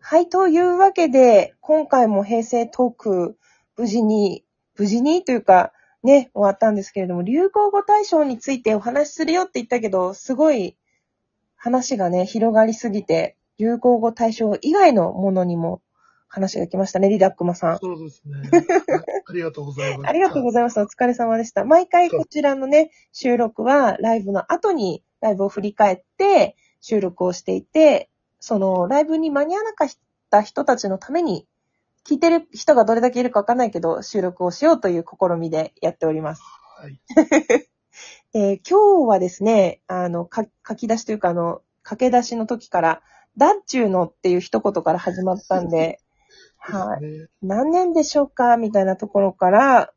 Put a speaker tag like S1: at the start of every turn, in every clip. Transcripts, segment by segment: S1: はい、というわけで、今回も平成トーク、無事に、無事にというか、ね、終わったんですけれども、流行語大賞についてお話しするよって言ったけど、すごい話がね、広がりすぎて、流行語大賞以外のものにも話が来ましたね、リダックマさん。
S2: そうですね。はいありがとうございます。
S1: ありがとうご
S2: ざい
S1: ざいます。お疲れ様でした。毎回こちらのね、収録はライブの後にライブを振り返って収録をしていて、そのライブに間に合わなかった人たちのために、聞いてる人がどれだけいるかわかんないけど、収録をしようという試みでやっております。
S2: ます。はい。
S1: えー今日はですね、あの、か書き出しというか、あの、駆け出しの時から、だっちゅうのっていう一言から始まったんで、はい。
S2: い。ね、
S1: 何年でしょうかみたいなところから、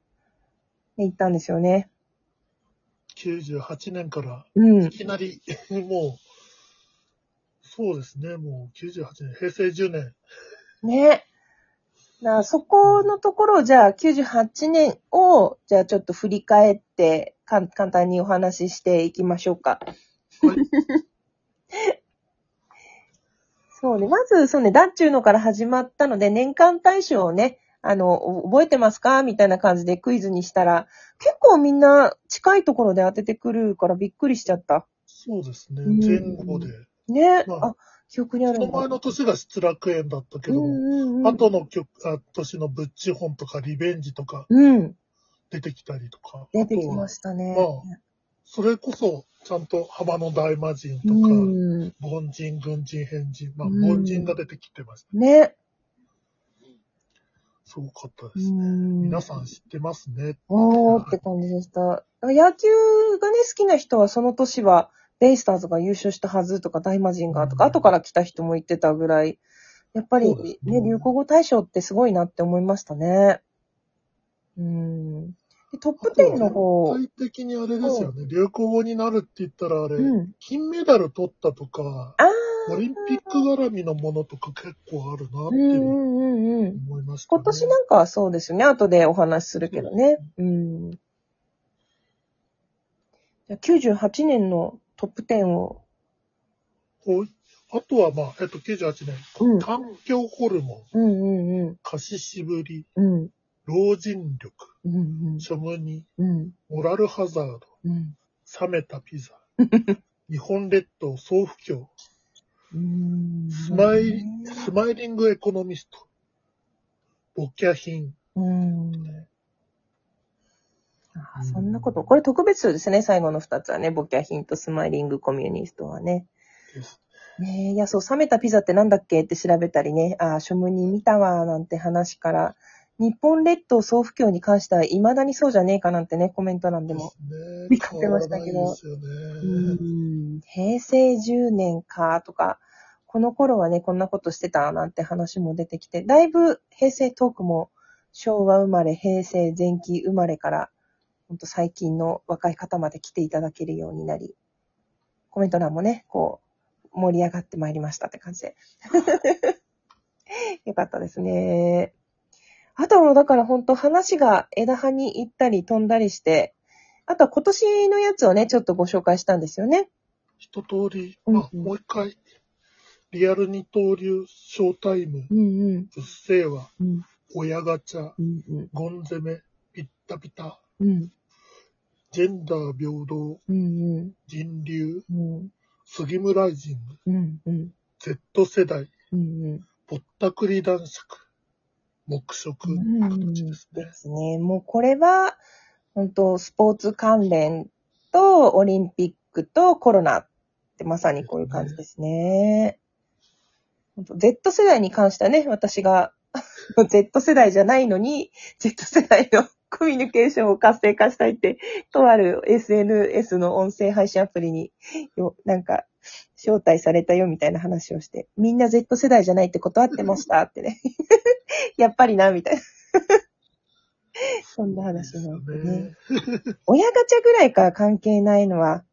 S1: 行ったんですよね。
S2: 98年から、
S1: うん
S2: い。きなり、もう、そうですね、もう98年、平成10年。
S1: ね。だからそこのところを、じゃあ98年を、じゃあちょっと振り返って、かん簡単にお話ししていきましょうか。そうね。まず、そうね、だっちゅうのから始まったので、年間大賞をね、あの、お覚えてますかみたいな感じでクイズにしたら、結構みんな近いところで当ててくるからびっくりしちゃった。
S2: そうですね、
S1: うん
S2: 前後で。
S1: ね。
S2: まあ
S1: あ、記憶にあ
S2: そ
S1: る
S2: の
S1: ん
S2: 前
S1: だ。
S2: の年が失楽園だったけ
S1: う
S2: ど、
S1: んうんうん。
S2: 後の曲あ年のブッチホンとかリベンジとか
S1: うん。
S2: 出てきたりとか。
S1: 出てきま
S2: あとは
S1: したね。
S2: まそれこそ、ちゃんと幅の大魔神とか、
S1: うん。
S2: 凡人、軍人、変人。まあ、
S1: うん
S2: 凡人が出てきてました。
S1: ね。
S2: すごかった
S1: う
S2: です。
S1: ん。
S2: 皆さん知ってますね。
S1: おーって感じでした。野球がね、好きな人はその年は、ベイスターズが優勝したはずとか、大魔神がとか、
S2: うん
S1: 後から来た人も言ってたぐらい、やっぱり
S2: そうです
S1: ね、
S2: ね
S1: 流行語大賞ってすごいなって思いましたね。うん。でトップ10の方、
S2: 具体的にあれですよね。流行語になるって言ったらあれ、
S1: うん。
S2: 金メダル取ったとか、
S1: あー
S2: オリンピック絡みのものとか結構あるなっ
S1: う
S2: て
S1: ん
S2: いう
S1: うん
S2: のを
S1: うんうん。
S2: 思いました、ね。
S1: 今年なんかはそうですよね。後でお話しするけどね。うん。じゃあ98年のトップ10を。
S2: こうあとはまあ、えっと、98年、
S1: うん。
S2: 環境ホルモン、
S1: うんうんうん。
S2: 貸ししぶり、
S1: うん。
S2: 老人力、
S1: うん
S2: ショムニ、
S1: うん。うん。
S2: モラルハザード、
S1: うん。
S2: 冷めたピザ、 日本列島総不況、
S1: うん。
S2: スマイ、スマイリングエコノミスト、ボキャ品、
S1: うん。あーそんなこと。これ特別賞ですね。最後の二つはね。ボキャヒンとスマイリングコミュニストはね。
S2: です。
S1: ねえ、いや、そう、冷めたピザってなんだっけって調べたりね。あー、ショムニ見たわ、なんて話から。日本列島総不況に関しては未だにそうじゃねえかなんてね、コメント欄でも。
S2: ね
S1: 見かけましたけど
S2: 変わらないですよね
S1: うん平成10年かとか、この頃はね、こんなことしてたなんて話も出てきて、だいぶ平成トークも昭和生まれ、平成前期生まれから、ほんと最近の若い方まで来ていただけるようになり、コメント欄もね、こう、盛り上がってまいりましたって感じで。 よかったですね。あとはもうだから本当話が枝葉に行ったり飛んだりして、あとは今年のやつをね、ちょっとご紹介したんですよね。
S2: 一通り、
S1: うんうん
S2: まあ、もう一回、リアル二刀流、ショータイム、
S1: うんうん。
S2: うっせぇわ、
S1: うん
S2: 親ガチャ、
S1: うんうん。
S2: ゴン攻め、ピッタピタ、
S1: うん
S2: ジェンダー平等、
S1: うん
S2: 人流、
S1: うん。
S2: 杉村ライジング、
S1: うんうん。
S2: Z 世代、
S1: うん
S2: ぼったくり男爵、黙食、
S1: うん。
S2: 形ですね
S1: で。すね。もうこれは、本当スポーツ関連とオリンピックとコロナってまさにこういう感じですね。本当 Z 世代に関してはね、私が Z 世代じゃないのに、Z 世代のコミュニケーションを活性化したいって、とある SNS の音声配信アプリによ、なんか、招待されたよみたいな話をして、みんな Z 世代じゃないって断ってましたってね。 やっぱりな、みたいな。 そんな話になってね。親ガチャぐらいから関係ないのは、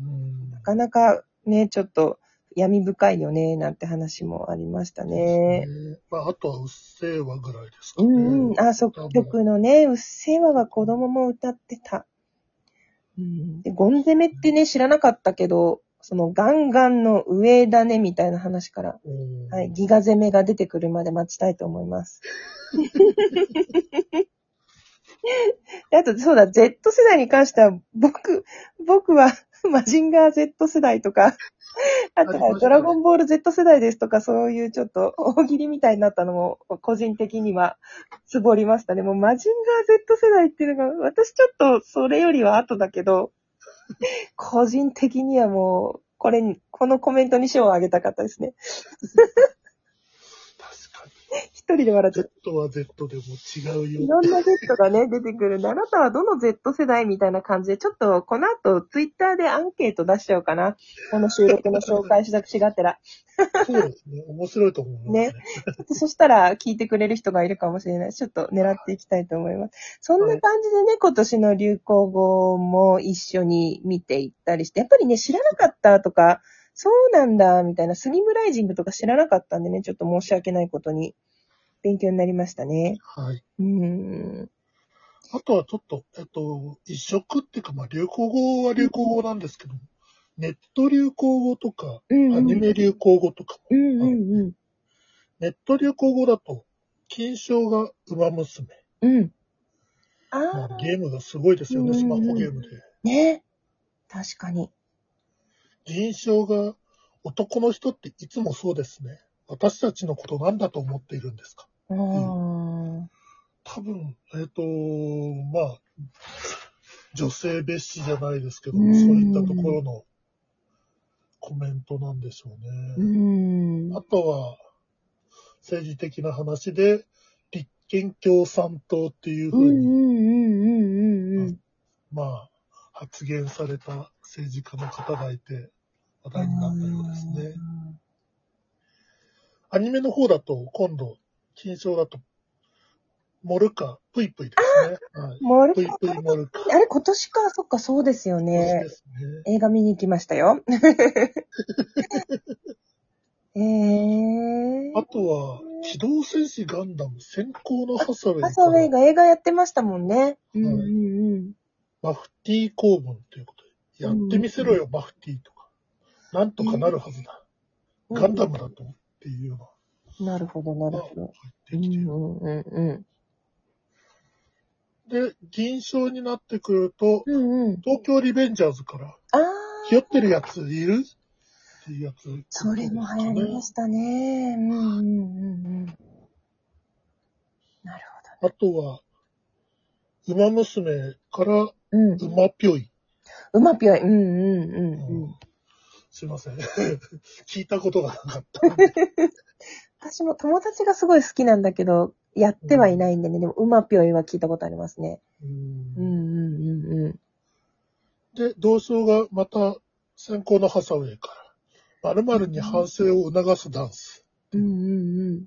S2: うん。
S1: なかなかね、ちょっと闇深いよね、なんて話もありましたね。
S2: ねまあ、あとはうっせぇわぐらいですか
S1: う
S2: ね。
S1: んうん。あ、そう
S2: 多、分
S1: 曲のね、うっせぇわは子供も歌ってた。うん。で、ゴン攻めってね、知らなかったけど、そのガンガンの上だねみたいな話から、
S2: おー
S1: はい、ギガ攻めが出てくるまで待ちたいと思います。 であと、そうだ、Z 世代に関しては、僕、僕は、マジンガー Z 世代と か、あと
S2: ありました
S1: は、
S2: ね
S1: ドラゴンボール Z 世代ですとか、そういうちょっと、大喜利みたいになったのも、個人的には、つぼりましたね。もう、マジンガー Z 世代っていうのが、私ちょっと、それよりは後だけ ど、個人的にはもう、これに、このコメントに賞をあげたかったですね。
S2: 確かに。
S1: 一人で笑っちゃった
S2: Z は Z でも違う
S1: い
S2: よ。
S1: ろんな Z がね、出 てくるんで、あなたはどの Z 世代みたいな感じで、ちょっとこの後、ツイッターでアンケート出しちゃおうかな。この収録の紹介しだしがてら。
S2: そうですね。面白いと思う。
S1: ね。そしたら、聞いてくれる人がいるかもしれないし、ちょっと狙っていきたいと思います。そんな感じでね、今年の流行語も一緒に見ていったりして、やっぱりね、知らなかったとか、そうなんだ、みたいな、スリムライジングとか知らなかったんでね、ちょっと申し訳ないことに、勉強になりましたね。
S2: はい。
S1: うん。
S2: あとはちょっと、えっと、一色っていうか、まあ、流行語は流行語なんですけど、ネット流行語とか、
S1: うん、
S2: アニメ流行語とか
S1: う
S2: も、
S1: んうんうん。
S2: ネット流行語だと、金賞が馬娘。
S1: うん。あ
S2: まあ
S1: あ、
S2: ゲームがすごいですよ
S1: う
S2: ね、
S1: ん
S2: スマホゲームで。
S1: ね。確かに。
S2: 銀賞が、男の人っていつもそうですね。私たちのことなんだと思っているんですか
S1: うーん。
S2: 多分、えっ、と、まあ、女性蔑視じゃないですけど、
S1: う
S2: そうんいったところのコメントなんでしょうね。
S1: うーん。
S2: あとは、政治的な話で、立憲共産党っていうふ
S1: うんうんう
S2: うに、
S1: んうんうんうん。
S2: まあ、発言された政治家の方がいて、話題になったようですね。アニメの方だと、今度、金賞だと、モルカ、プイプイですね。はい。
S1: モル
S2: プイ
S1: カ
S2: プイモルカ。
S1: あれ今年か、そっか、そうですよ
S2: で
S1: ね。
S2: すね。
S1: 映画見に行きました よ。ええ
S2: あとは、機動戦士ガンダム先行のハサウェイ
S1: ー。
S2: か
S1: ハサウェイ
S2: ら、
S1: が映画やってましたもんね。うんうんうん。
S2: マフティー公文ということで、やってみせろよ、マフティーとか。なんとかなるはずだ。ガンダムだと、っていうよ
S1: なるほど、
S2: う
S1: な
S2: な、
S1: る
S2: まあ、
S1: ほど。うん
S2: 入ってきてる。
S1: うんうん
S2: で、銀賞になってくると、
S1: うん。うんうん。
S2: 東京リベンジャーズから、
S1: ああ。
S2: ひよってるやついるっていうやつ、
S1: それも流行りま
S2: し
S1: したね。うんうんうんうん。なる
S2: た。あとは、馬娘か
S1: ほ
S2: ら、
S1: ど。うん。
S2: 馬ぴょい。
S1: うまぴょい。うんうんうんう
S2: うんん。すいません。 聞いたことがなかった。
S1: 私も友達がすごい好きなんだけど、やってはいないんでね。でも、うまぴょいは聞いたことありますね。
S2: うん
S1: うんうんうんう
S2: で、同窓がまた先行のハサウェイから、〇〇に反省を促すダンス。
S1: ん。うんうん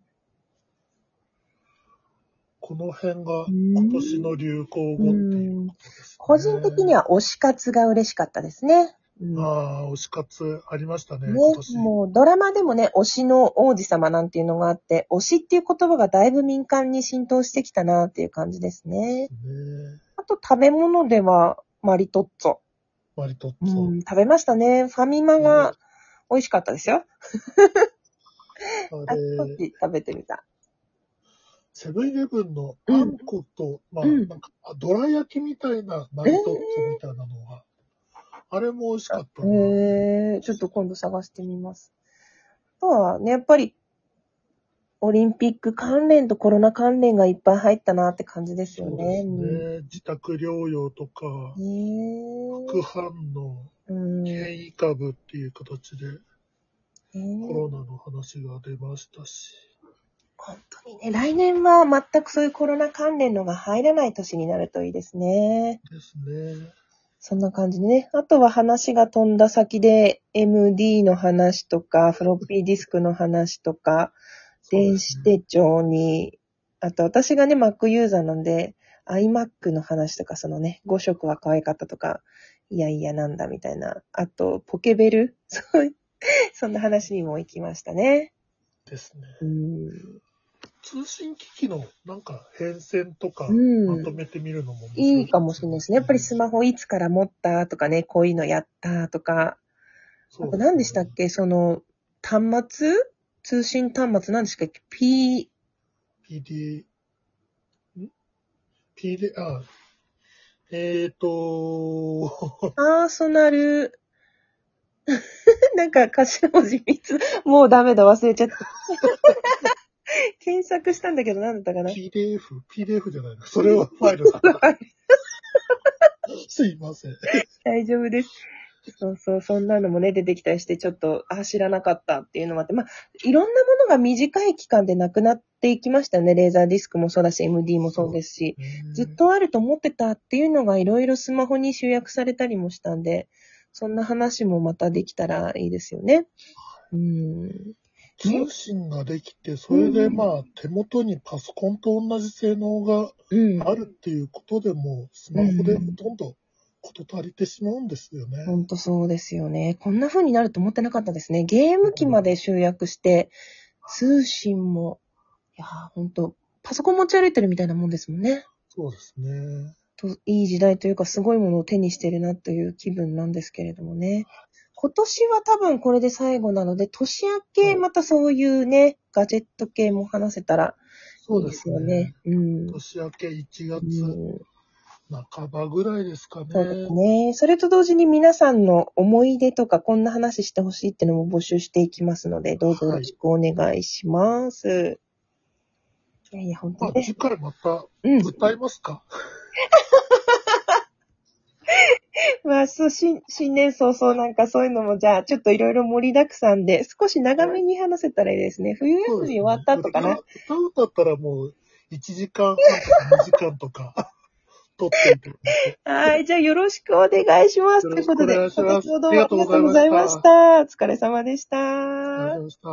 S2: この辺が
S1: うん
S2: 今年の流行語っていう
S1: うん。
S2: ことです、ね
S1: 個人的に
S2: は。
S1: は推し活が嬉しかったですね。うん
S2: ああ、推し活ありましたね、
S1: ね
S2: 今、年。
S1: もうドラマでもね、推しの王子様なんていうのがあって、推しっていう言葉がだいぶ民間に浸透してきたなっていう感じですね。
S2: ね
S1: あと食べ物では、マリトッツォ。
S2: 割と
S1: う
S2: そう。
S1: ん、食べましたね。ファミマが美味しかったですよ。
S2: あ
S1: あっ
S2: れ、
S1: ち食べてみた。
S2: セブンイレブンのあんこと、まあ、
S1: うん
S2: なんか、あどら焼きみたいな、マリトッツォみたいなのが、あれも美味しかったな。
S1: へえ、ちょっと今度探してみます。あとはね、やっぱり、オリンピック関連とコロナ関連がいっぱい入ったなって感じですよ
S2: そうで
S1: ね。
S2: すね。自宅療養とか、
S1: うん
S2: 副反応、
S1: へえ。
S2: 変異株っていう形で
S1: うん。
S2: コロナの話が出ましたし、
S1: 本当にね、来年は全くそういうコロナ関連のが入らない年になるといいですね。
S2: ですね。
S1: そんな感じでね。あとは話が飛んだ先で MD の話とか、フロッピーディスクの話とか、
S2: そう
S1: 電
S2: です
S1: 子
S2: ね。
S1: 手帳に、あと私がね、Mac ユーザーなんで、iMac の話とか、そのね、5色は可愛かったとか、いやいやなんだみたいな。あと、ポケベル そういうそんな話にも行きましたね。
S2: ですね。
S1: うん。
S2: 通信機器のなんか変遷とか
S1: うん
S2: まとめてみるのも面白
S1: いいかもしれないですね。やっぱりス
S2: マ
S1: マホいつから持ったとかね、こういうのやったとか、あと何でしたっけその、端末通信端末何でしたっけ ?P、
S2: ?PD、ん ?PD、あ、えっ、ー、と、
S1: パーソナル、 なんか頭文字3つ、もうダメだ、忘れちゃった。 検索したんだけど何だった かな
S2: PDF、PDF じゃないの。それはファイルだ。すいません。
S1: 大丈夫です。そうそう、そんなのもね、出てきたりして、ちょっと、あ、知らなかったっていうのもあって、まあ、いろんなものが短い期間でなくなっていきましたよね。レーザーディスクもそうだし、MD もそうですし。ずっとあると思ってたっていうのがいろいろスマホに集約されたりもしたんで、そんな話もまたできたらいいですよね。うん。
S2: 通信ができて、それでまあ、手元にパソコンと同じ性能が
S1: うん。
S2: あるっていうことでも、スマホでほとんど事足りてしまうんですよね。
S1: ほんとそうですよね。こんな風になると思ってなかったですね。ゲーム機まで集約して、通信も、いやー、ほんと、パソコン持ち歩いてるみたいなもんですもんね。
S2: そうですね。
S1: といい時代というか、すごいものを手にしてるなという気分なんですけれどもね。今年は多分これで最後なので、年明けまたそういうね、ガジェット系も話せたらい
S2: そ
S1: いうで
S2: ですす
S1: よ
S2: ね
S1: ね。。うん。
S2: 年明け1
S1: うん
S2: 月半ばぐらいですかね。
S1: そうですね。それと同時に皆さんの思い出とか、こんな話してほしいってのも募集していきますので、どうぞよろしくお願いします。い、やいや、本
S2: ま
S1: 当
S2: あ、
S1: ね。
S2: 次回また
S1: うん。
S2: 歌いますか、
S1: まあ、そう、新、新年早々なんかそういうのも、じゃあ、ちょっといろいろ盛りだくさんで、少し長めに話せたらいいですね。冬
S2: そ
S1: 休
S2: うです
S1: み終
S2: ね
S1: わった後かな。
S2: 歌歌うんだったらもう1時間半とか2時間とか 撮っていてください。
S1: はい、じゃあ、よろしくお願いします。と
S2: よ
S1: い
S2: ろ
S1: う
S2: しく
S1: こ
S2: お
S1: とで、今
S2: 願いします
S1: 年もどうもありがとうございました。お疲れ様でした。
S2: ありがとうございました。